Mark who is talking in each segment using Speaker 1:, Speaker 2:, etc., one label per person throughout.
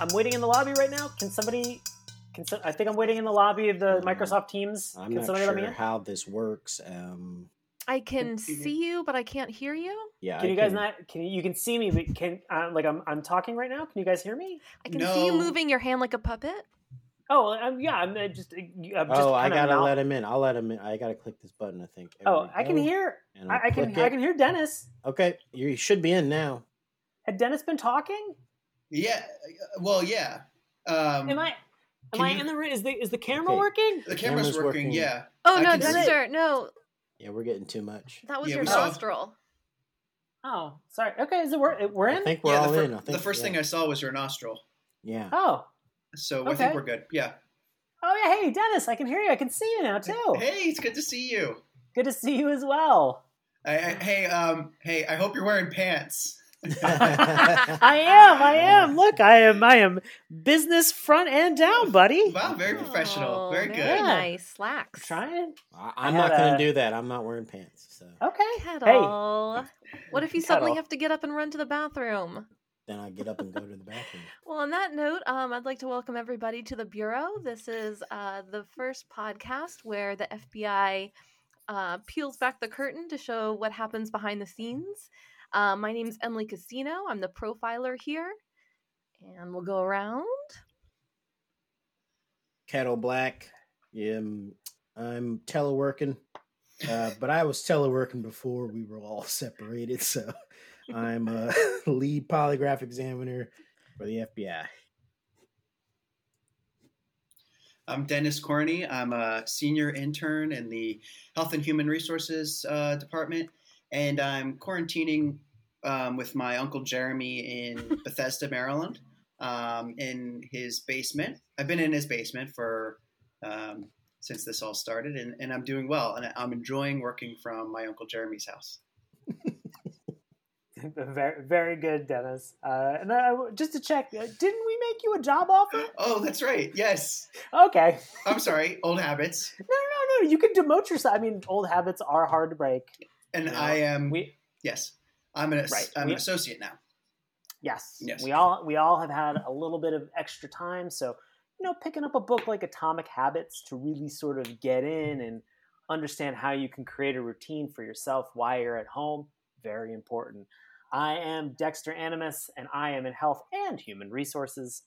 Speaker 1: I'm waiting in the lobby right now. Can somebody? Can so, I think I'm waiting in the lobby of the Microsoft Teams.
Speaker 2: Mm. I'm
Speaker 1: can
Speaker 2: not
Speaker 1: somebody
Speaker 2: sure
Speaker 1: let me in?
Speaker 2: how this works. Um,
Speaker 3: I can see you, but I can't hear you.
Speaker 2: yeah,
Speaker 1: Can
Speaker 2: I
Speaker 1: you guys not? Can you, you can see me? But can uh, like I'm I'm talking right now. Can you guys hear me?
Speaker 3: I can see you
Speaker 4: No.
Speaker 3: moving your hand like a puppet.
Speaker 1: Oh, I'm, yeah. I'm uh, just. uh, I'm just
Speaker 2: Oh, I
Speaker 1: kinda
Speaker 2: gotta
Speaker 1: mouth-
Speaker 2: let him in. I'll let him in. I gotta click this button. I think. There
Speaker 1: Oh,
Speaker 2: we
Speaker 1: I can
Speaker 2: go.
Speaker 1: hear.
Speaker 2: And I'll
Speaker 1: I, I can.
Speaker 2: click
Speaker 1: I
Speaker 2: it.
Speaker 1: can hear Dennis.
Speaker 2: Okay, you should be in now.
Speaker 1: Had Dennis been talking?
Speaker 4: Yeah. uh, Well, yeah. Um,
Speaker 1: Am I? Am
Speaker 4: Can
Speaker 1: I
Speaker 4: you-
Speaker 1: in the room? Is the is the camera
Speaker 2: Okay.
Speaker 1: working?
Speaker 4: the camera's,
Speaker 2: Camera's
Speaker 4: working,
Speaker 2: working.
Speaker 4: Yeah.
Speaker 3: Oh
Speaker 4: I
Speaker 3: no,
Speaker 4: can
Speaker 1: see-
Speaker 3: Dexter, no,
Speaker 2: Yeah, we're getting too much.
Speaker 3: that was
Speaker 4: Yeah,
Speaker 3: your
Speaker 4: we saw-
Speaker 3: nostril.
Speaker 1: Oh, sorry. Okay, is it we're we're
Speaker 2: I
Speaker 1: in?
Speaker 2: think we're
Speaker 4: yeah,
Speaker 2: all
Speaker 4: the, fir-
Speaker 2: in. I think
Speaker 4: the first
Speaker 2: yeah.
Speaker 4: thing I saw was your nostril.
Speaker 2: Yeah.
Speaker 1: Oh,
Speaker 4: So I
Speaker 1: Okay.
Speaker 4: think we're good. Yeah.
Speaker 1: oh yeah. Hey, Dennis, I can hear you. I can see you now too.
Speaker 4: Hey, it's good to see you.
Speaker 1: Good to see you as well.
Speaker 4: I, I, hey, um, hey, I hope you're wearing pants.
Speaker 1: I am. I am. Look, I am. I am business front and down, buddy.
Speaker 4: Wow, very professional.
Speaker 3: Oh,
Speaker 4: Very
Speaker 3: Very
Speaker 4: good.
Speaker 1: Yeah.
Speaker 3: nice. Slacks.
Speaker 1: Trying.
Speaker 2: I, I'm
Speaker 1: I had
Speaker 2: not gonna
Speaker 1: a-
Speaker 2: do that. I'm not wearing pants. So
Speaker 1: Okay. Hey.
Speaker 3: Kettle. What if you
Speaker 1: Kettle.
Speaker 3: suddenly have to get up and run to the bathroom?
Speaker 2: then I get up and go to the bathroom.
Speaker 3: Well, on that note, um, I'd like to welcome everybody to the Bureau. This is uh, the first podcast where the FBI uh, peels back the curtain to show what happens behind the scenes. Uh, my name's Emily Casino. I'm the profiler here. And we'll go around.
Speaker 2: Kettle Black. Um, I'm teleworking, uh, but I was teleworking before we were all separated. So I'm a lead polygraph examiner for the FBI.
Speaker 4: I'm Dennis Corney. I'm a senior intern in the Health and Human Resources uh, Department, and I'm quarantining um, with my uncle Jeremy in Bethesda, Maryland, um, in his basement. I've been in his basement for um, since this all started, and, and I'm doing well, and I'm enjoying working from my uncle Jeremy's house.
Speaker 1: Very, very good, Dennis. Uh, and I, just to check, uh, didn't we make you a job offer?
Speaker 4: Oh, that's right. Yes.
Speaker 1: Okay.
Speaker 4: I'm sorry. Old habits,
Speaker 1: No, no, no. You can demote yourself. I mean, old habits are hard to break.
Speaker 4: and
Speaker 1: Yeah.
Speaker 4: I am.
Speaker 1: We
Speaker 4: yes, I'm an. ass-
Speaker 1: Right.
Speaker 4: I'm
Speaker 1: We-
Speaker 4: an associate now.
Speaker 1: yes,
Speaker 4: Yes.
Speaker 1: We all we all have had a little bit of extra time, so you know, picking up a book like Atomic Habits to really sort of get in and understand how you can create a routine for yourself while you're at home, very important. I am Dexter Animus, and I am in health and human resources.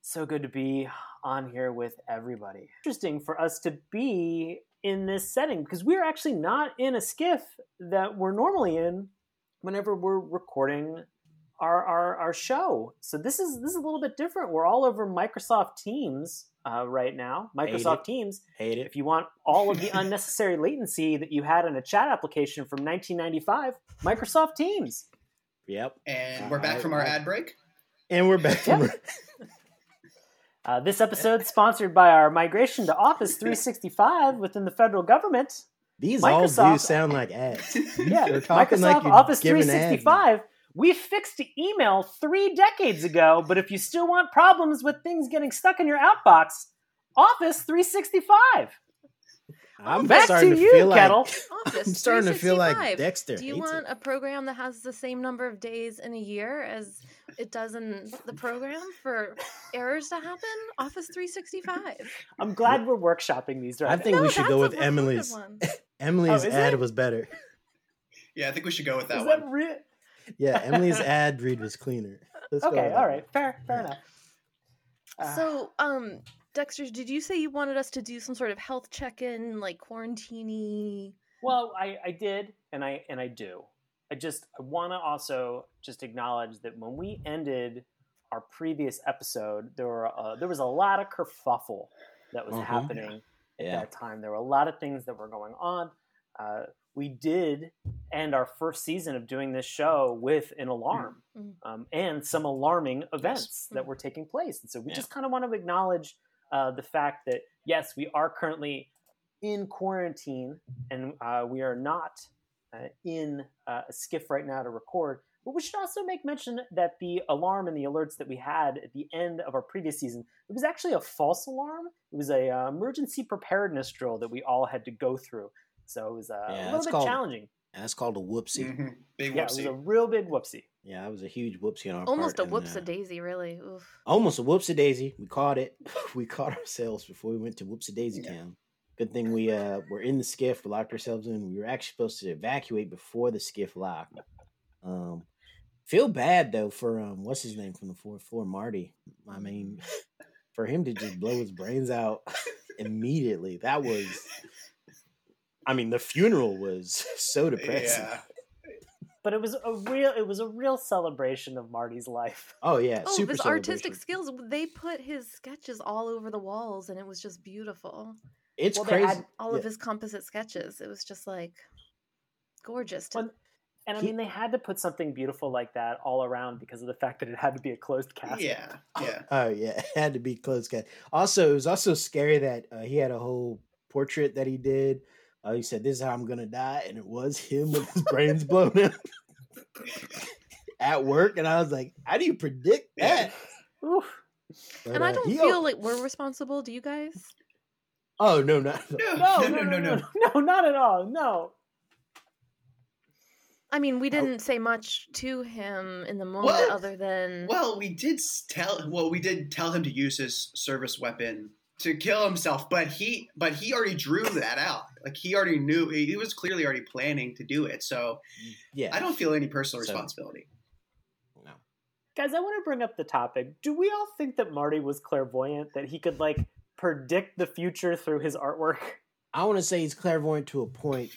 Speaker 1: So good to be on here with everybody. Interesting for us to be in this setting because we're actually not in a skiff that we're normally in whenever we're recording our, our our show. So this is this is a little bit different. We're all over Microsoft Teams uh, right now.
Speaker 2: Hate
Speaker 1: Microsoft
Speaker 2: it.
Speaker 1: Teams.
Speaker 2: Hate it.
Speaker 1: If you want all of the unnecessary latency that you had in a chat application from 1995, Microsoft Teams.
Speaker 2: Yep.
Speaker 4: And
Speaker 2: Uh,
Speaker 4: we're back
Speaker 2: I-
Speaker 4: from our
Speaker 2: I-
Speaker 4: ad break.
Speaker 2: And we're back.
Speaker 1: Yep. Uh, this episode sponsored by our migration to Office 365 within the federal government.
Speaker 2: These all do
Speaker 1: Microsoft-
Speaker 2: sound like ads.
Speaker 1: Yeah,
Speaker 2: You're
Speaker 1: Microsoft
Speaker 2: talking like you're
Speaker 1: Office
Speaker 2: giving ads.
Speaker 1: 365. We fixed email three decades ago, but if you still want problems with things getting stuck in your outbox, Office 365.
Speaker 2: I'm
Speaker 1: Back
Speaker 2: starting
Speaker 1: to
Speaker 2: to,
Speaker 1: you,
Speaker 2: feel like
Speaker 1: Kettle.
Speaker 3: Office
Speaker 2: I'm starting to feel
Speaker 3: 365.
Speaker 2: like Dexter.
Speaker 3: Do you
Speaker 2: hates
Speaker 3: want
Speaker 2: it.
Speaker 3: a program that has the same number of days in a year as it does in the program for errors to happen? Office 365.
Speaker 1: I'm glad we're workshopping these right
Speaker 2: I
Speaker 1: now.
Speaker 2: think we should
Speaker 3: that's
Speaker 2: go
Speaker 3: a
Speaker 2: with
Speaker 3: really good
Speaker 2: Emily's.
Speaker 3: one.
Speaker 2: Emily's
Speaker 1: Oh, is
Speaker 2: ad
Speaker 1: it?
Speaker 2: was better.
Speaker 4: Yeah, I think we should go with that
Speaker 1: Is
Speaker 4: one.
Speaker 1: that real?
Speaker 2: Yeah, Emily's ad read was cleaner. Let's go with
Speaker 1: Okay,
Speaker 2: that
Speaker 1: all
Speaker 2: one.
Speaker 1: right. Fair, fair enough. Uh,
Speaker 3: So, um, Dexter, did you say you wanted us to do some sort of health check-in, like quarantine?
Speaker 1: Well, I, I did, and I and I do. I just I want to also just acknowledge that when we ended our previous episode, there were uh, there was a lot of kerfuffle that was
Speaker 2: Mhm.
Speaker 1: happening at
Speaker 2: Yeah.
Speaker 1: that time. There were a lot of things that were going on. Uh, we did end our first season of doing this show with an alarm
Speaker 3: Mm.
Speaker 1: um, and some alarming events that
Speaker 3: Mm.
Speaker 1: were taking place, and so we
Speaker 2: Yeah.
Speaker 1: just kind of want to acknowledge uh, the fact that yes, we are currently in quarantine and uh, we are not uh, in uh, a skiff right now to record. But we should also make mention that the alarm and the alerts that we had at the end of our previous season, it was actually a false alarm. It was a uh, emergency preparedness drill that we all had to go through. So it was uh, a
Speaker 2: Yeah, that's
Speaker 1: little bit
Speaker 2: called-
Speaker 1: challenging.
Speaker 2: That's called a whoopsie.
Speaker 4: Mhm. Big
Speaker 1: Yeah, it was
Speaker 4: whoopsie.
Speaker 1: a real big whoopsie.
Speaker 2: Yeah, that was a huge whoopsie on our
Speaker 3: Almost a
Speaker 2: part, and,
Speaker 3: whoops
Speaker 2: uh,
Speaker 3: a daisy, really. Oof.
Speaker 2: Almost a whoopsie daisy. We caught it. we caught ourselves before we went to whoopsie daisy
Speaker 4: Yeah.
Speaker 2: town. Good thing we uh, were in the skiff. We locked ourselves in. We were actually supposed to evacuate before the skiff locked. Um, feel bad though for um, what's his name from the fourth floor, Marty. I mean, for him to just blow his brains out immediately. That was. I mean, the funeral was so depressing.
Speaker 4: Yeah.
Speaker 1: But it was a real it was a real celebration of Marty's life.
Speaker 2: Oh yeah,
Speaker 3: Oh,
Speaker 2: super
Speaker 3: his artistic
Speaker 2: celebration.
Speaker 3: skills. They put his sketches all over the walls and it was just beautiful.
Speaker 2: It's
Speaker 1: Well, they
Speaker 2: crazy.
Speaker 1: had
Speaker 3: All
Speaker 2: Yeah.
Speaker 3: of his composite sketches. It was just like gorgeous. To,
Speaker 1: Well, And I
Speaker 2: He-
Speaker 1: mean they had to put something beautiful like that all around because of the fact that it had to be a closed
Speaker 4: Yeah.
Speaker 1: cast.
Speaker 4: Yeah. Yeah.
Speaker 2: Oh yeah, it had to be close cut. Also, it was also scary that uh, he had a whole portrait that he did. Uh, he said, "This is how I'm gonna die," and it was him with his brains blown out at work. And I was like, "How do you predict that?"
Speaker 1: Oof.
Speaker 2: But,
Speaker 3: and I
Speaker 2: uh,
Speaker 3: don't
Speaker 2: he
Speaker 3: feel
Speaker 2: al-
Speaker 3: like we're responsible. Do you guys?
Speaker 2: Oh no, no,
Speaker 1: Oh, No, no, no, no, no, no, not at all. No.
Speaker 3: I mean, we
Speaker 2: Nope.
Speaker 3: didn't say much to him in the moment
Speaker 4: Well-
Speaker 3: other than
Speaker 4: Well, we did s- tell. Well, we did tell him to use his service weapon to kill himself, but he, but he already drew that out. Like he already knew. He he was clearly already planning to do it. So
Speaker 2: yeah.
Speaker 4: I don't feel any personal
Speaker 2: So-
Speaker 4: responsibility.
Speaker 2: No.
Speaker 1: Guys, I want to bring up the topic. Do we all think that Marty was clairvoyant, that he could like predict the future through his artwork?
Speaker 2: I want to say he's clairvoyant to a point.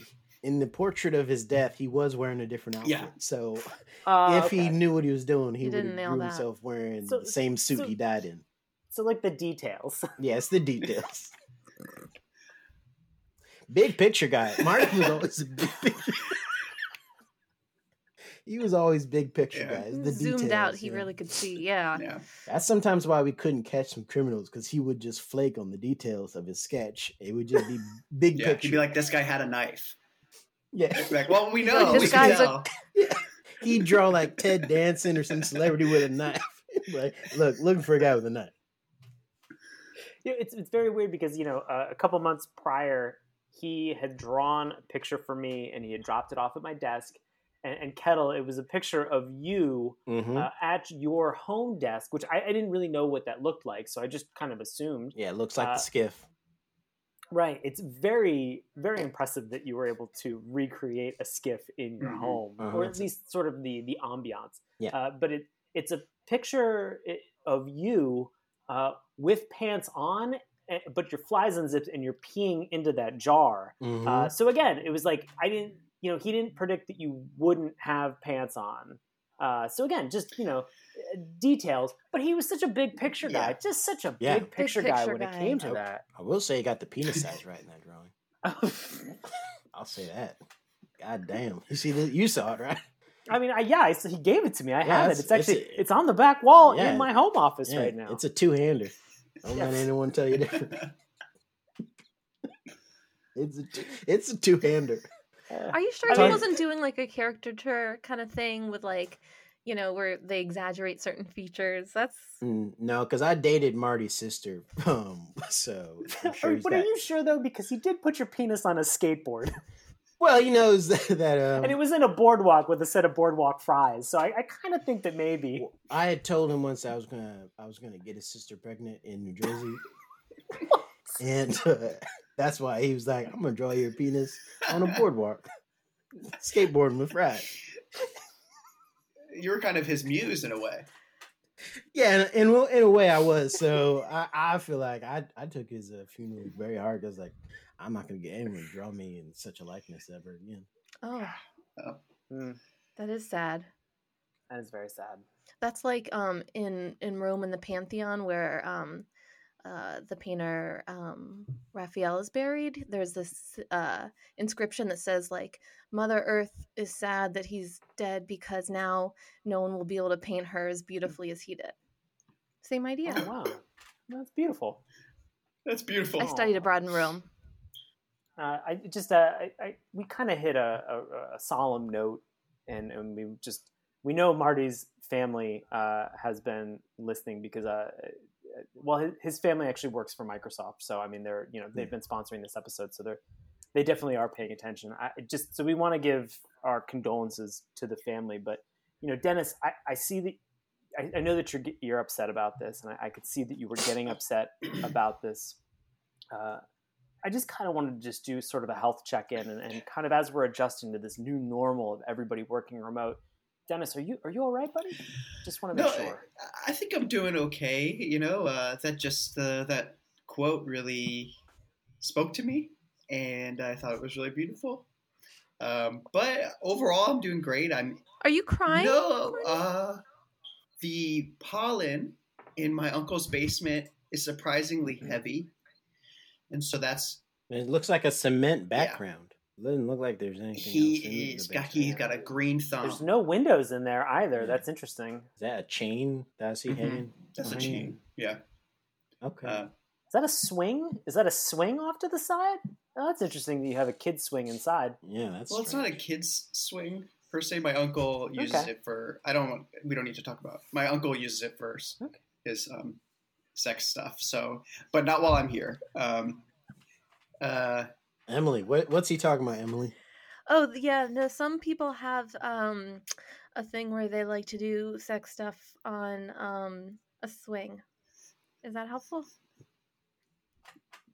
Speaker 2: In the portrait of his death, he was wearing a different outfit.
Speaker 4: Yeah.
Speaker 2: So
Speaker 1: Uh,
Speaker 2: if he
Speaker 1: okay.
Speaker 2: knew what he was doing,
Speaker 3: You
Speaker 2: he would
Speaker 3: Oh, didn't
Speaker 2: have
Speaker 3: nail
Speaker 2: drew
Speaker 3: that.
Speaker 2: himself wearing
Speaker 1: So-
Speaker 2: the same suit
Speaker 1: so-
Speaker 2: he died in.
Speaker 1: So like the details.
Speaker 2: Yeah, it's the details. big picture guy. Marty was always a big picture. he was always big picture
Speaker 4: Yeah.
Speaker 2: guys. The
Speaker 3: zoomed out,
Speaker 2: details,
Speaker 3: he
Speaker 2: yeah.
Speaker 3: really could see.
Speaker 1: uh,
Speaker 3: Yeah.
Speaker 4: Yeah.
Speaker 2: That's sometimes why we couldn't catch some criminals because he would just flake on the details of his sketch. It would just be big
Speaker 4: Yeah.
Speaker 2: picture.
Speaker 4: He'd be like, "This guy had a knife."
Speaker 2: yeah,
Speaker 4: Like, well, we
Speaker 2: He's
Speaker 4: know.
Speaker 2: like,
Speaker 4: we
Speaker 2: "This
Speaker 4: can
Speaker 3: guy's a-
Speaker 4: tell."
Speaker 2: he'd draw like Ted Danson or some celebrity with a knife. like, look, looking for a guy with a knife.
Speaker 1: Yeah, it's it's very weird because you know uh, a couple months prior he had drawn a picture for me and he had dropped it off at my desk. And, and Kettle, it was a picture of you
Speaker 2: Mm-hmm.
Speaker 1: uh, at your home desk, which I, I didn't really know what that looked like, so I just kind of assumed.
Speaker 2: yeah, it looks like
Speaker 1: uh,
Speaker 2: the skiff.
Speaker 1: Right. It's very, very impressive that you were able to recreate a skiff in your
Speaker 4: Mhm.
Speaker 1: home,
Speaker 2: Uh-huh.
Speaker 1: or at least sort of the the ambiance.
Speaker 2: Yeah.
Speaker 1: Uh, but it it's a picture i- of you uh, with pants on, eh, but your flies unzipped and you're peeing into that jar.
Speaker 2: Mhm.
Speaker 1: Uh, so again, it was like I didn't, you know, he didn't predict that you wouldn't have pants on. Uh, so again, just you know, eh, details. But he was such a big picture guy,
Speaker 4: Yeah.
Speaker 1: just such a
Speaker 2: Yeah.
Speaker 1: big, picture guy
Speaker 3: picture
Speaker 1: when
Speaker 3: guy.
Speaker 1: it came to
Speaker 2: Nope.
Speaker 1: that.
Speaker 2: I will say he got the penis size right in that drawing. I'll say that. God damn. You see that you saw it, right?
Speaker 1: I mean, I, yeah, I, he gave it to me. I
Speaker 2: Yeah,
Speaker 1: have
Speaker 2: it's-
Speaker 1: it. It's actually
Speaker 2: it's
Speaker 1: it's,
Speaker 2: a-
Speaker 1: on the back wall
Speaker 2: Yeah,
Speaker 1: in my home office
Speaker 2: Yeah,
Speaker 1: right now.
Speaker 2: It's a two hander. Don't let
Speaker 1: Yes.
Speaker 2: anyone tell you different. It's a two, it's a two hander.
Speaker 1: Uh,
Speaker 3: Are you sure
Speaker 1: I
Speaker 3: he
Speaker 1: mean-
Speaker 3: wasn't doing like a caricature kind of thing with like, you know, where they exaggerate certain features? That's
Speaker 2: Mm, No, because I dated Marty's sister. Um, so I'm sure
Speaker 1: Are-
Speaker 2: he's
Speaker 1: but are
Speaker 2: got-
Speaker 1: you sure though? Because he did put your penis on a skateboard,
Speaker 2: well, he knows that. that um,
Speaker 1: and it was in a boardwalk with a set of boardwalk fries. So I, I kind of think that maybe.
Speaker 2: w- I had told him once I was gonna I was gonna get his sister pregnant in New Jersey, and uh, that's why he was like, "I'm gonna draw your penis on a boardwalk, skateboarding with fries."
Speaker 4: you were kind of his muse in a way.
Speaker 2: Yeah, in, in, a- in a way, I was. So I, I feel like I, I took his uh, funeral very hard. 'cause, like, I'm not going to get anyone to draw me in such a likeness ever again.
Speaker 3: oh,
Speaker 1: Hmm,
Speaker 3: that is sad.
Speaker 1: that is very sad.
Speaker 3: That's like um in in Rome in the Pantheon where um uh the painter um Raphael is buried. There's this uh inscription that says like Mother Earth is sad that he's dead because now no one will be able to paint her as beautifully as he did. Same idea.
Speaker 1: Oh, wow, that's beautiful.
Speaker 4: That's beautiful.
Speaker 3: I studied abroad in Rome.
Speaker 1: Uh, I it just uh, I, I, we kind of hit a, a, a solemn note, and, and we just we know Marty's family uh, has been listening because uh, uh, well his, his family actually works for Microsoft, so I mean they're you know they've been sponsoring this episode, so they're they definitely are paying attention. I it just so we want to give our condolences to the family, but you know, Dennis, I, I see that I, I know that you're get- you're upset about this, and I, I could see that you were getting upset about this. Uh, I just kind of wanted to just do sort of a health check in, and, and kind of as we're adjusting to this new normal of everybody working remote. Dennis, are you are you all right, buddy? Just want to
Speaker 4: No,
Speaker 1: make sure.
Speaker 4: I think I'm doing okay. You know, uh, that just uh, that quote really spoke to me, and I thought it was really beautiful. Um, but overall, I'm doing great. I'm
Speaker 3: Are you crying?
Speaker 4: no uh, the pollen in my uncle's basement is surprisingly heavy, and so that's
Speaker 2: And it looks like a cement background. It doesn't look like there's anything. else in
Speaker 4: he
Speaker 2: the
Speaker 4: is got
Speaker 2: background.
Speaker 4: he's got a green thumb.
Speaker 3: Oh.
Speaker 1: There's no windows in there either.
Speaker 4: Hmm.
Speaker 1: That's interesting.
Speaker 2: Is that a chain that I see
Speaker 4: Mhm.
Speaker 2: hanging?
Speaker 4: that's a
Speaker 2: behind you?
Speaker 4: chain. Yeah.
Speaker 2: Okay.
Speaker 4: Uh,
Speaker 1: Is that a swing? Is that a swing off to the side? Oh, that's interesting that you have a kid swing inside.
Speaker 2: yeah, that's.
Speaker 4: well, it's not a kid's swing per se. My uncle uses
Speaker 1: Okay.
Speaker 4: it for. I don't. want- We don't need to talk about. My uncle uses it for s-
Speaker 1: Okay.
Speaker 4: his um, sex stuff. So, but not while I'm here. Um, uh,
Speaker 2: Emily, what, what's he talking about, Emily?
Speaker 3: Oh th- yeah, no. Some people have um a thing where they like to do sex stuff on um a swing. Is that helpful?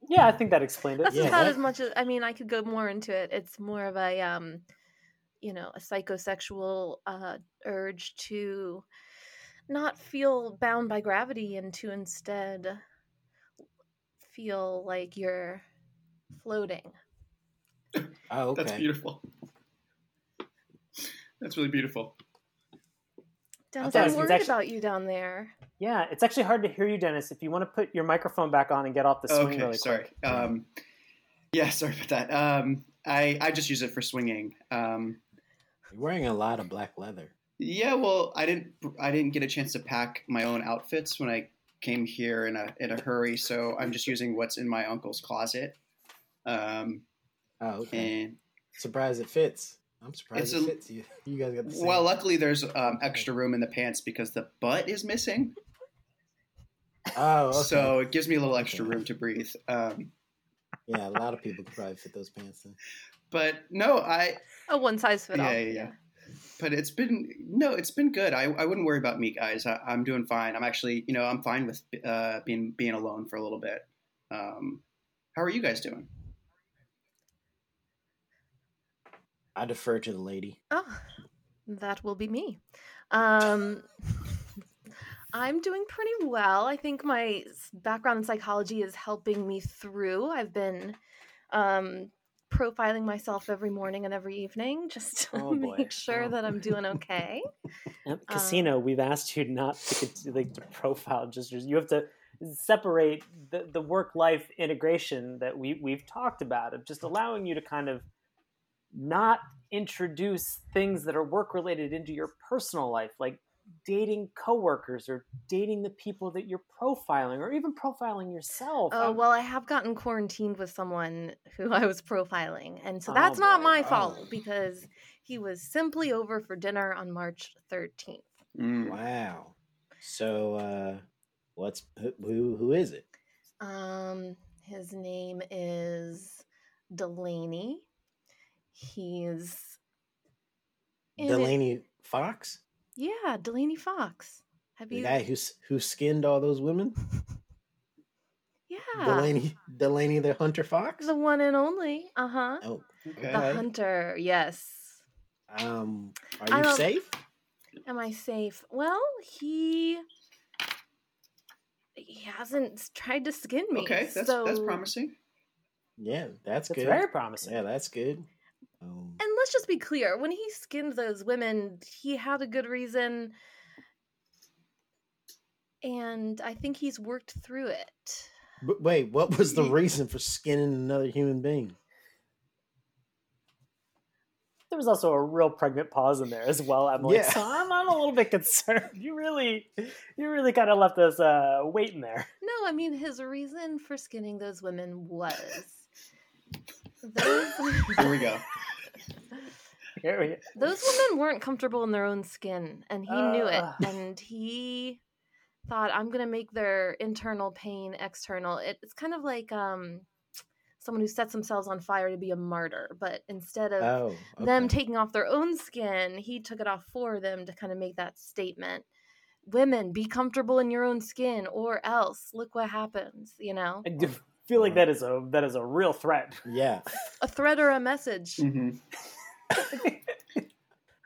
Speaker 1: Yeah, I think that explained it.
Speaker 3: That's
Speaker 2: Yeah,
Speaker 3: about
Speaker 2: that-
Speaker 3: as much as I mean. I could go more into it. It's more of a um, you know, a psychosexual uh urge to not feel bound by gravity and to instead feel like you're floating.
Speaker 2: Oh, okay.
Speaker 4: That's beautiful. That's really beautiful.
Speaker 3: Dennis,
Speaker 1: thought it
Speaker 3: I'm
Speaker 1: was
Speaker 3: worried
Speaker 1: actually-
Speaker 3: about you down there.
Speaker 1: Yeah, it's actually hard to hear you, Dennis. If you want to put your microphone back on and get off the swing
Speaker 4: okay,
Speaker 1: really
Speaker 4: sorry.
Speaker 1: quick.
Speaker 4: Um, yeah, sorry about that. Um, I I just use it for swinging. Um,
Speaker 2: You're wearing a lot of black leather.
Speaker 4: Yeah, well, I didn't. I didn't get a chance to pack my own outfits when I came here in a in a hurry, so I'm just using what's in my uncle's closet. Um,
Speaker 2: Oh, okay.
Speaker 4: and
Speaker 2: Surprised it fits. I'm surprised
Speaker 4: It's
Speaker 2: it
Speaker 4: a-
Speaker 2: fits you. You guys got the same.
Speaker 4: well, luckily there's um, extra room in the pants because the butt is missing,
Speaker 2: oh, okay.
Speaker 4: so it gives me a little extra
Speaker 2: Okay.
Speaker 4: room to breathe. Um,
Speaker 2: yeah, a lot of people could probably fit those pants in.
Speaker 4: but no, I
Speaker 3: A one size fit all.
Speaker 4: Yeah, yeah, yeah. but it's been no, it's been good. I, I wouldn't worry about me, guys. I, I'm doing fine. I'm actually, you know, I'm fine with uh, being being alone for a little bit. Um, how are you guys doing?
Speaker 2: I defer to the lady.
Speaker 3: Oh, that will be me. Um, I'm doing pretty well. I think my s- background in psychology is helping me through. I've been um, profiling myself every morning and every evening just to
Speaker 1: Oh, boy.
Speaker 3: make sure
Speaker 1: Oh.
Speaker 3: that I'm doing okay.
Speaker 1: Yep, Casino, we've asked you not to, cont- like, to profile gestures. You have to separate the, the work life integration that we, we've talked about, of just allowing you to kind of not introduce things that are work related into your personal life, like dating coworkers or dating the people that you're profiling or even profiling yourself. Um,
Speaker 3: Oh,
Speaker 1: I'm-
Speaker 3: well, I have gotten quarantined with someone who I was profiling. And so
Speaker 1: Oh,
Speaker 3: that's not
Speaker 1: boy.
Speaker 3: my
Speaker 2: Oh.
Speaker 3: fault because he was simply over for dinner on March 13th.
Speaker 4: Mm.
Speaker 2: Wow. So, uh, what's who- who? Who is it?
Speaker 3: Um, his name is Delaney. He's in it-
Speaker 2: Delaney Fox,
Speaker 3: yeah, Delaney Fox. Have
Speaker 2: the
Speaker 3: you?
Speaker 2: guy who s- who skinned all those women.
Speaker 3: yeah,
Speaker 2: Delaney, Delaney the Hunter Fox.
Speaker 3: the one and only. Uh huh.
Speaker 2: Oh,
Speaker 4: Okay.
Speaker 3: The
Speaker 2: Okay.
Speaker 3: hunter. Yes.
Speaker 2: um,
Speaker 3: I
Speaker 2: are you
Speaker 3: don't-
Speaker 2: safe?
Speaker 3: Am I safe? Well, he he hasn't s- tried to skin me.
Speaker 4: Okay, that's that's
Speaker 3: so-
Speaker 4: promising.
Speaker 2: Yeah,
Speaker 1: that's
Speaker 2: that's, good.
Speaker 1: very promising.
Speaker 2: Yeah, that's good. Um,
Speaker 3: And let's just be clear: when he skinned those women, he had a good reason, and I think he's worked through it.
Speaker 2: but wait, what was the reason for skinning another human being?
Speaker 1: There was also a real pregnant pause in there as well, Emily.
Speaker 2: Yeah.
Speaker 1: So I'm, I'm a little bit concerned. You really, you really kind of left us uh, waiting there.
Speaker 3: No, I mean his reason for skinning those women was those,
Speaker 4: Here we go.
Speaker 1: Here we go.
Speaker 3: those women weren't comfortable in their own skin, and he knew it,
Speaker 1: Ah.
Speaker 3: and he thought I'm gonna make their internal pain external. It, it's kind of like um, someone who sets themselves on fire to be a martyr. But instead of
Speaker 2: Oh,
Speaker 3: them
Speaker 2: okay.
Speaker 3: taking off their own skin, he took it off for them to kind of make that statement. Women, be comfortable in your own skin, or else look what happens. You know,
Speaker 1: I do feel like that is a that is a real threat.
Speaker 2: yeah.
Speaker 3: a threat or a message.
Speaker 2: Mm,
Speaker 4: Mhm.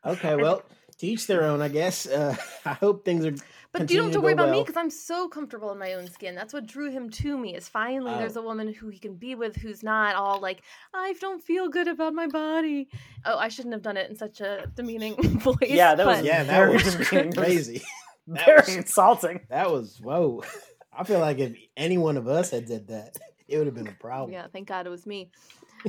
Speaker 2: Okay, well, to each their own, I guess. Uh, I hope things are.
Speaker 3: But you don't
Speaker 2: continue
Speaker 3: have
Speaker 2: to
Speaker 3: to worry
Speaker 2: go
Speaker 3: about me
Speaker 2: well.
Speaker 3: because I'm so comfortable in my own skin. That's what drew him to me. Is finally there's
Speaker 2: Oh.
Speaker 3: a woman who he can be with who's not all like I don't feel good about my body. Oh, I shouldn't have done it in such a demeaning voice.
Speaker 1: yeah, that was
Speaker 3: but-
Speaker 2: Yeah, that
Speaker 1: very
Speaker 2: was
Speaker 1: demeaning. That was
Speaker 2: Crazy.
Speaker 1: Very
Speaker 2: was-
Speaker 1: insulting.
Speaker 2: That was whoa. I feel like if any one of us had did that, it would have been a
Speaker 4: Oh.
Speaker 2: problem.
Speaker 3: Yeah, thank God it was me.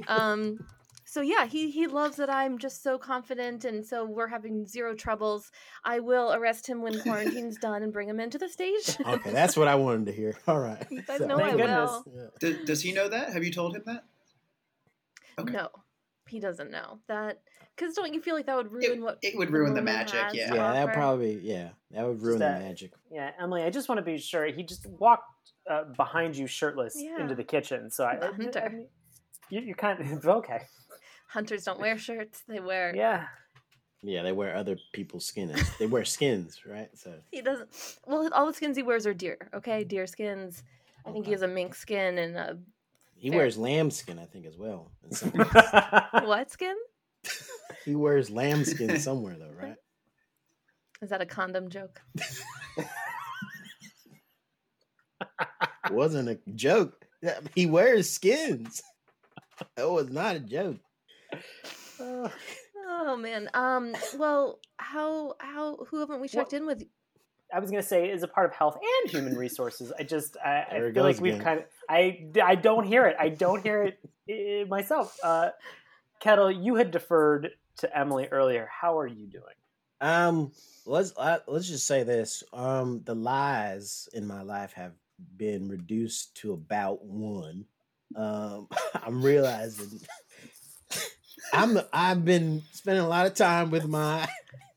Speaker 3: Um, so yeah, he he loves that I'm just so confident, and so we're having zero troubles. I will arrest him when quarantine's done and bring him into the station.
Speaker 2: Okay, that's what I wanted to hear. All right.
Speaker 3: I know
Speaker 1: Thank
Speaker 3: I
Speaker 1: goodness.
Speaker 3: will.
Speaker 2: Yeah.
Speaker 4: Does, does he know that? Have you told him that? Okay.
Speaker 3: No, he doesn't know that. Because don't you feel like that would
Speaker 4: It,
Speaker 3: ruin what?
Speaker 4: it would ruin the
Speaker 3: woman
Speaker 4: magic.
Speaker 3: has.
Speaker 4: Yeah.
Speaker 2: Yeah, that
Speaker 3: Offer.
Speaker 2: probably yeah, that would ruin
Speaker 1: that-
Speaker 2: the magic.
Speaker 1: Yeah, Emily, I just want to be sure. He just walked uh, behind you shirtless
Speaker 3: Yeah.
Speaker 1: into the kitchen. So I,
Speaker 3: The
Speaker 1: I-
Speaker 3: hunter.
Speaker 1: I mean, you, you're kind of okay.
Speaker 3: Hunters don't wear shirts; they wear.
Speaker 1: Yeah.
Speaker 2: Yeah, they wear other people's skins. They wear skins, right? So
Speaker 3: He doesn't. Well, all the skins he wears are deer. Okay, deer skins. I think he
Speaker 2: Okay.
Speaker 3: has a mink skin and a
Speaker 2: he
Speaker 3: Fair.
Speaker 2: wears lamb skin, I think, as well. in some-
Speaker 3: what skin?
Speaker 2: he wears lamb skin somewhere though, right?
Speaker 3: Is that a condom joke?
Speaker 2: It wasn't a joke. Yeah, He wears skins. That was not a joke.
Speaker 1: Uh,
Speaker 3: Oh man. Um. Well, how how who haven't we checked in with?
Speaker 1: I was going to say is a part of health and human resources. I just I, I
Speaker 2: There it
Speaker 1: feel like
Speaker 2: goes
Speaker 1: we've
Speaker 2: again.
Speaker 1: kind of I I don't hear it. I don't hear it eh, myself. Uh, Kettle, you had deferred to Emily earlier. How are you doing?
Speaker 2: Um, let's uh, let's just say this. Um, the lies in my life have been reduced to about one. Um, I'm realizing I'm the, I've been spending a lot of time with my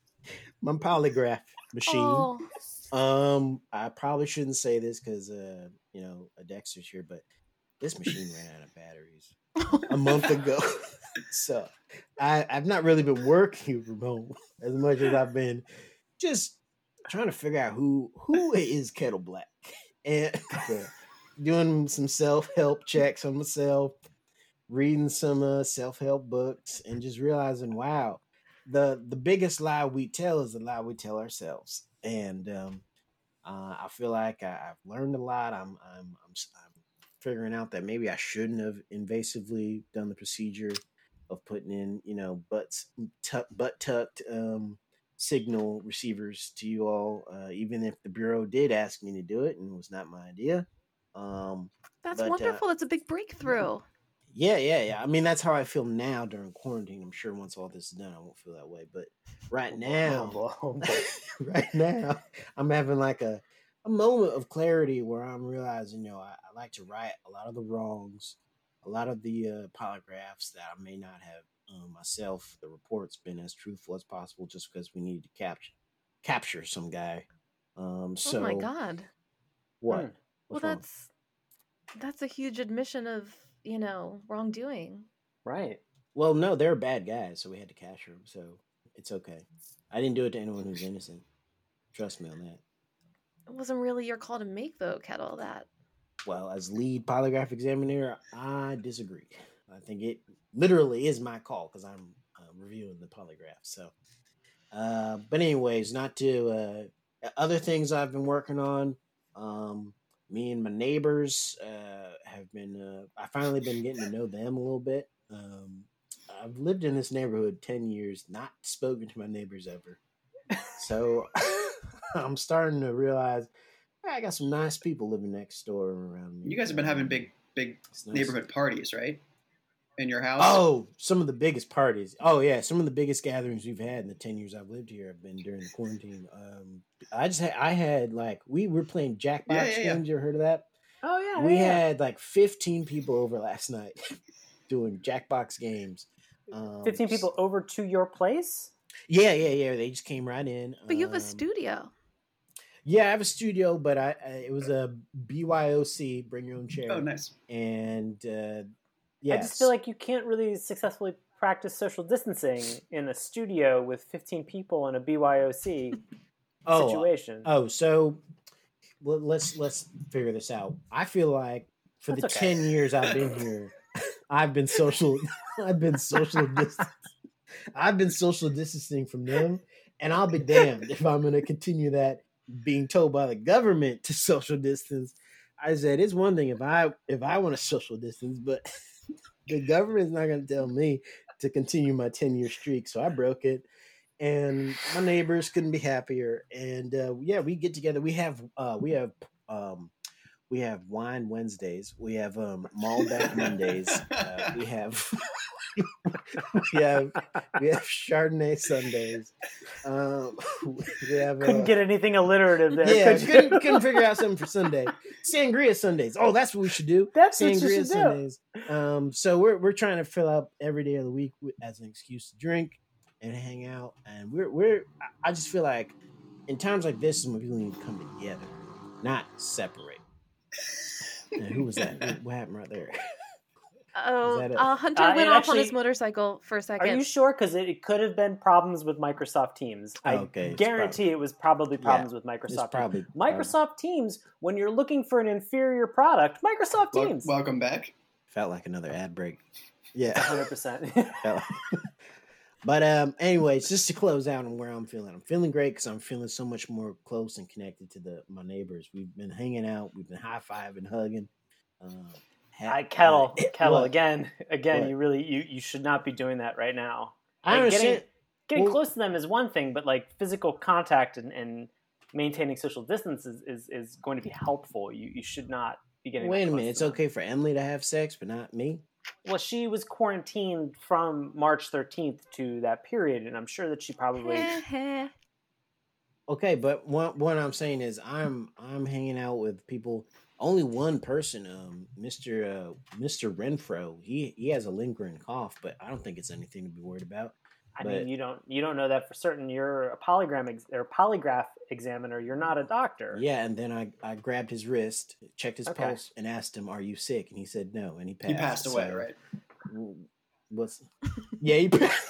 Speaker 2: my polygraph machine.
Speaker 3: Oh,
Speaker 2: Um, I probably shouldn't say this because uh, you know, a Dexter's here, but this machine ran out of batteries a month ago. so I, I've not really been working from home as much as I've been just trying to figure out who who is Kettle Black and uh, doing some self help checks on myself, reading some uh, self help books, and just realizing, wow, the the biggest lie we tell is the lie we tell ourselves, and um, uh, I feel like I, I've learned a lot. I'm I'm I'm, s- I'm figuring out that maybe I shouldn't have invasively done the procedure of putting in, you know, butts tuck, butt tucked um, signal receivers to you all, uh, even if the bureau did ask me to do it and it was not my idea. Um,
Speaker 3: that's
Speaker 2: But, uh, mm-hmm,
Speaker 3: wonderful. that's a big breakthrough.
Speaker 2: yeah, yeah, yeah. I mean, that's how I feel now during quarantine. I'm sure once all this is done, I won't feel that way. But right now, right now i'm having like a, a moment of clarity where i'm realizing you know I, I like to right a lot of the wrongs a lot of the uh, polygraphs that i may not have um, myself the reports been as truthful as possible just because we needed to capture capture some guy um so
Speaker 3: oh my god.
Speaker 2: what
Speaker 1: Hmm.
Speaker 3: Well,
Speaker 2: What's wrong?
Speaker 3: that's that's a huge admission of you know wrongdoing.
Speaker 1: right.
Speaker 2: well no they're bad guys so we had to capture them so it's okay i didn't do it to anyone who's innocent trust me on that
Speaker 3: It wasn't really your call to make though, kettle. That
Speaker 2: Well, as lead polygraph examiner, I disagree. I think it literally is my call because I'm uh, reviewing the polygraph. So, uh, but anyways, not to uh, other things I've been working on. Um, me and my neighbors uh, have been. Uh, I finally been getting to know them a little bit. Um, I've lived in this neighborhood ten years, not spoken to my neighbors ever. So I'm starting to realize "Hey, I got some nice people living next door and around me.
Speaker 4: You guys have been having
Speaker 2: Um,
Speaker 4: big, big
Speaker 2: it's nice.
Speaker 4: neighborhood parties, right? In your house.
Speaker 2: Oh, some of the biggest parties. Oh yeah, some of the biggest gatherings we've had in the ten years I've lived here have been during the quarantine. Um, I just had, I had like we were playing Jackbox
Speaker 4: Yeah, yeah, yeah.
Speaker 2: games. You ever heard of that?
Speaker 1: Oh yeah.
Speaker 2: we
Speaker 1: yeah. yeah.
Speaker 2: had like fifteen people over last night doing Jackbox games. Um,
Speaker 1: fifteen people over to your place.
Speaker 2: Yeah, yeah, yeah. They just came right in.
Speaker 3: but you have a
Speaker 2: um,
Speaker 3: studio.
Speaker 2: Yeah, I have a studio, but I, I it was a BYOC, bring your own chair.
Speaker 4: Oh, nice.
Speaker 2: and uh,
Speaker 1: Oh, I just feel like you can't really successfully practice social distancing in a studio with 15 people in a BYOC
Speaker 2: oh,
Speaker 1: situation.
Speaker 2: Oh, so well, let's let's figure this out. I feel like for the
Speaker 1: That's okay.
Speaker 2: ten years I've been here, I've been social, I've been social distance, I've been social distancing from them, and I'll be damned if I'm going to continue that. Being told by the government to social distance, I said it's one thing if I if I want to social distance, but the government's not going to tell me to continue my ten year streak. So I broke it and my neighbors couldn't be happier. And uh, yeah, we get together. We have uh, we have um, we have wine Wednesdays. We have um, Malbec Mondays. Uh, we have we have we have Chardonnay Sundays. Um, we have
Speaker 1: couldn't
Speaker 2: uh,
Speaker 1: get anything alliterative there.
Speaker 2: yeah,
Speaker 1: could you?
Speaker 2: couldn't, couldn't figure out something for Sunday. Sangria Sundays. Oh, that's what we should do.
Speaker 1: That's what you
Speaker 2: Sangria
Speaker 1: should do.
Speaker 2: Sundays. Um, so we're we're trying to fill up every day of the week with- as an excuse to drink and hang out. And we're we're I- I just feel like in times like this is when people need to come together, not separate. Now, who was that? What- What happened right there?
Speaker 3: Oh,
Speaker 2: that it?
Speaker 3: uh, Hunter
Speaker 1: Uh,
Speaker 3: went
Speaker 1: and
Speaker 3: off on his
Speaker 1: actually-
Speaker 3: motorcycle for a
Speaker 1: Are
Speaker 3: second.
Speaker 1: you sure? Because it, it could have been problems with Microsoft Teams. I
Speaker 2: Okay, it's
Speaker 1: guarantee it was probably problems with
Speaker 2: It's
Speaker 1: Microsoft. Teams.
Speaker 2: probably uh,
Speaker 1: Microsoft Teams, when you're looking for an inferior product, Microsoft
Speaker 4: Wel-
Speaker 1: Teams.
Speaker 4: welcome back.
Speaker 2: felt like another ad break. Yeah.
Speaker 1: 100%.
Speaker 2: fella. but um, anyways, just to close out on where I'm feeling, I'm feeling great because I'm feeling so much more close and connected to the my neighbors. We've been hanging out, we've been high fiving, hugging. Um, ha-
Speaker 1: I, kettle,
Speaker 2: uh,
Speaker 1: kettle
Speaker 2: what?
Speaker 1: again, again.
Speaker 2: What?
Speaker 1: You really, you you should not be doing that right now.
Speaker 2: I
Speaker 1: like,
Speaker 2: understand.
Speaker 1: getting- Getting
Speaker 2: Well-
Speaker 1: close to them is one thing, but like physical contact and, and maintaining social distance is, is, is going to be helpful. You you should not be getting. that
Speaker 2: Wait a
Speaker 1: close
Speaker 2: minute,
Speaker 1: to
Speaker 2: it's
Speaker 1: them.
Speaker 2: okay for Emily to have sex, but not me.
Speaker 1: Well, she was quarantined from March 13th to that period, and I'm sure that she probably.
Speaker 2: Okay, but what what I'm saying is I'm I'm hanging out with people. Only one person, um, Mr. Uh, Mr. Renfro, he he has a lingering cough, but I don't think it's anything to be worried about.
Speaker 1: I
Speaker 2: but-
Speaker 1: mean, you don't you don't know that for certain. You're a polygram ex- or polygraph examiner. You're not a doctor.
Speaker 2: Yeah, and then I, I grabbed his wrist, checked his
Speaker 1: Okay.
Speaker 2: pulse, and asked him, "Are you sick?" And he said no, and he passed.
Speaker 4: He passed away,
Speaker 2: so-
Speaker 4: right?
Speaker 2: w- What's? Yeah, he passed.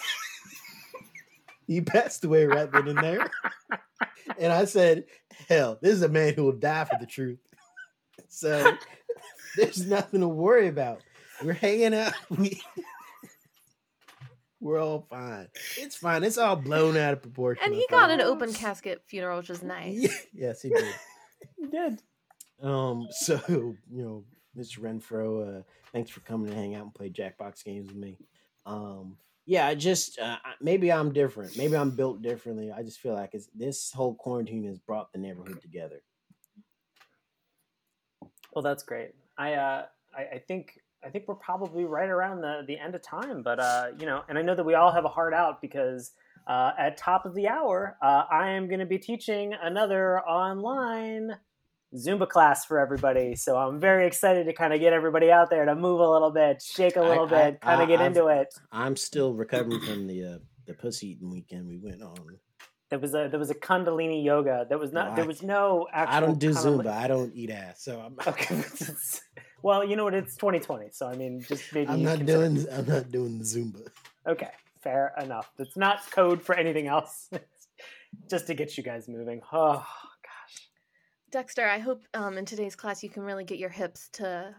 Speaker 2: he passed away right then and there. and I said, "Hell, this is a man who will die for the truth." so there's nothing to worry about. We're hanging out. We. We're all fine. It's fine. It's all blown out of proportion.
Speaker 3: and
Speaker 2: I
Speaker 3: he
Speaker 2: think.
Speaker 3: got an open casket funeral, which is nice.
Speaker 2: yes, he did.
Speaker 1: You did.
Speaker 2: Um, so you know, Mr. Renfro, uh, thanks for coming to hang out and play Jackbox games with me. Um, yeah, I just uh, I- maybe I'm different. Maybe I'm built differently. I just feel like it's this whole quarantine has brought the neighborhood together.
Speaker 1: Well, that's great. I, uh, I I think I think we're probably right around the the end of time, but uh, you know, and I know that we all have a heart out because uh, at top of the hour, uh, I am going to be teaching another online Zumba class for everybody. So I'm very excited to kind of get everybody out there to move a little bit, shake a
Speaker 2: I-
Speaker 1: little
Speaker 2: I-
Speaker 1: bit, kind
Speaker 2: I-
Speaker 1: of get
Speaker 2: I've-
Speaker 1: into it.
Speaker 2: I'm still recovering from the uh, the pussy eating weekend we went on.
Speaker 1: There was a there was a Kundalini yoga. There was not
Speaker 2: Well, I-
Speaker 1: there was no actual.
Speaker 2: I don't do
Speaker 1: Kundalini-
Speaker 2: Zumba. I don't eat ass, so I'm
Speaker 1: Okay. well, you know what? It's 2020, so I mean, just maybe
Speaker 2: I'm
Speaker 1: you
Speaker 2: not
Speaker 1: consider-
Speaker 2: doing. I'm not doing the Zumba.
Speaker 1: Okay, fair enough. That's not code for anything else. Just to get you guys moving. Oh, gosh.
Speaker 3: Dexter, I hope um, in today's class you can really get your hips to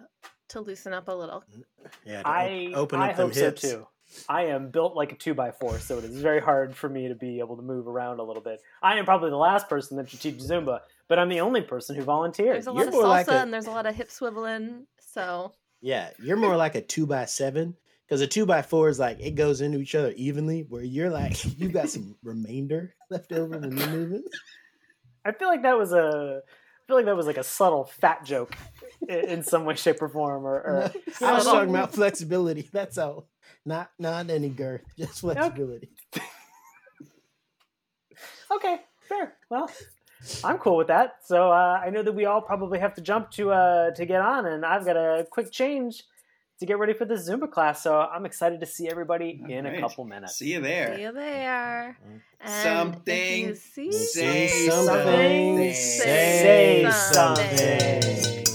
Speaker 3: to loosen up a little.
Speaker 2: Yeah, to op-
Speaker 1: I I hope so too. I am built like a two by four, so it is very hard for me to be able to move around a little bit. I am probably the last person that should teach Zumba, but I'm the only person who volunteered.
Speaker 3: There's a
Speaker 2: you're
Speaker 3: lot of
Speaker 2: more
Speaker 3: salsa
Speaker 2: like a-
Speaker 3: and there's a lot of hip swiveling. So
Speaker 2: Yeah, you're more like a two by seven because a two by four is like it goes into each other evenly, where you're like you got some remainder left over when you're moving.
Speaker 1: I feel like that was a I feel like that was like a subtle fat joke i- in some way, shape, or form. Or, or
Speaker 2: I was
Speaker 3: Subtle.
Speaker 2: talking
Speaker 1: Oh.
Speaker 2: about flexibility. That's all. Not not any girth, just flexibility.
Speaker 1: Okay, fair. Well, I'm cool with that. So uh, I know that we all probably have to jump to uh, to get on, and I've got a quick change to get ready for this Zumba class. So I'm excited to see everybody
Speaker 4: All
Speaker 1: in a
Speaker 4: right.
Speaker 1: couple minutes.
Speaker 4: See you there.
Speaker 3: see you there. And if
Speaker 4: Something
Speaker 3: you see
Speaker 4: Say
Speaker 2: something.
Speaker 1: something.
Speaker 2: Say
Speaker 1: Say
Speaker 2: something.
Speaker 1: something.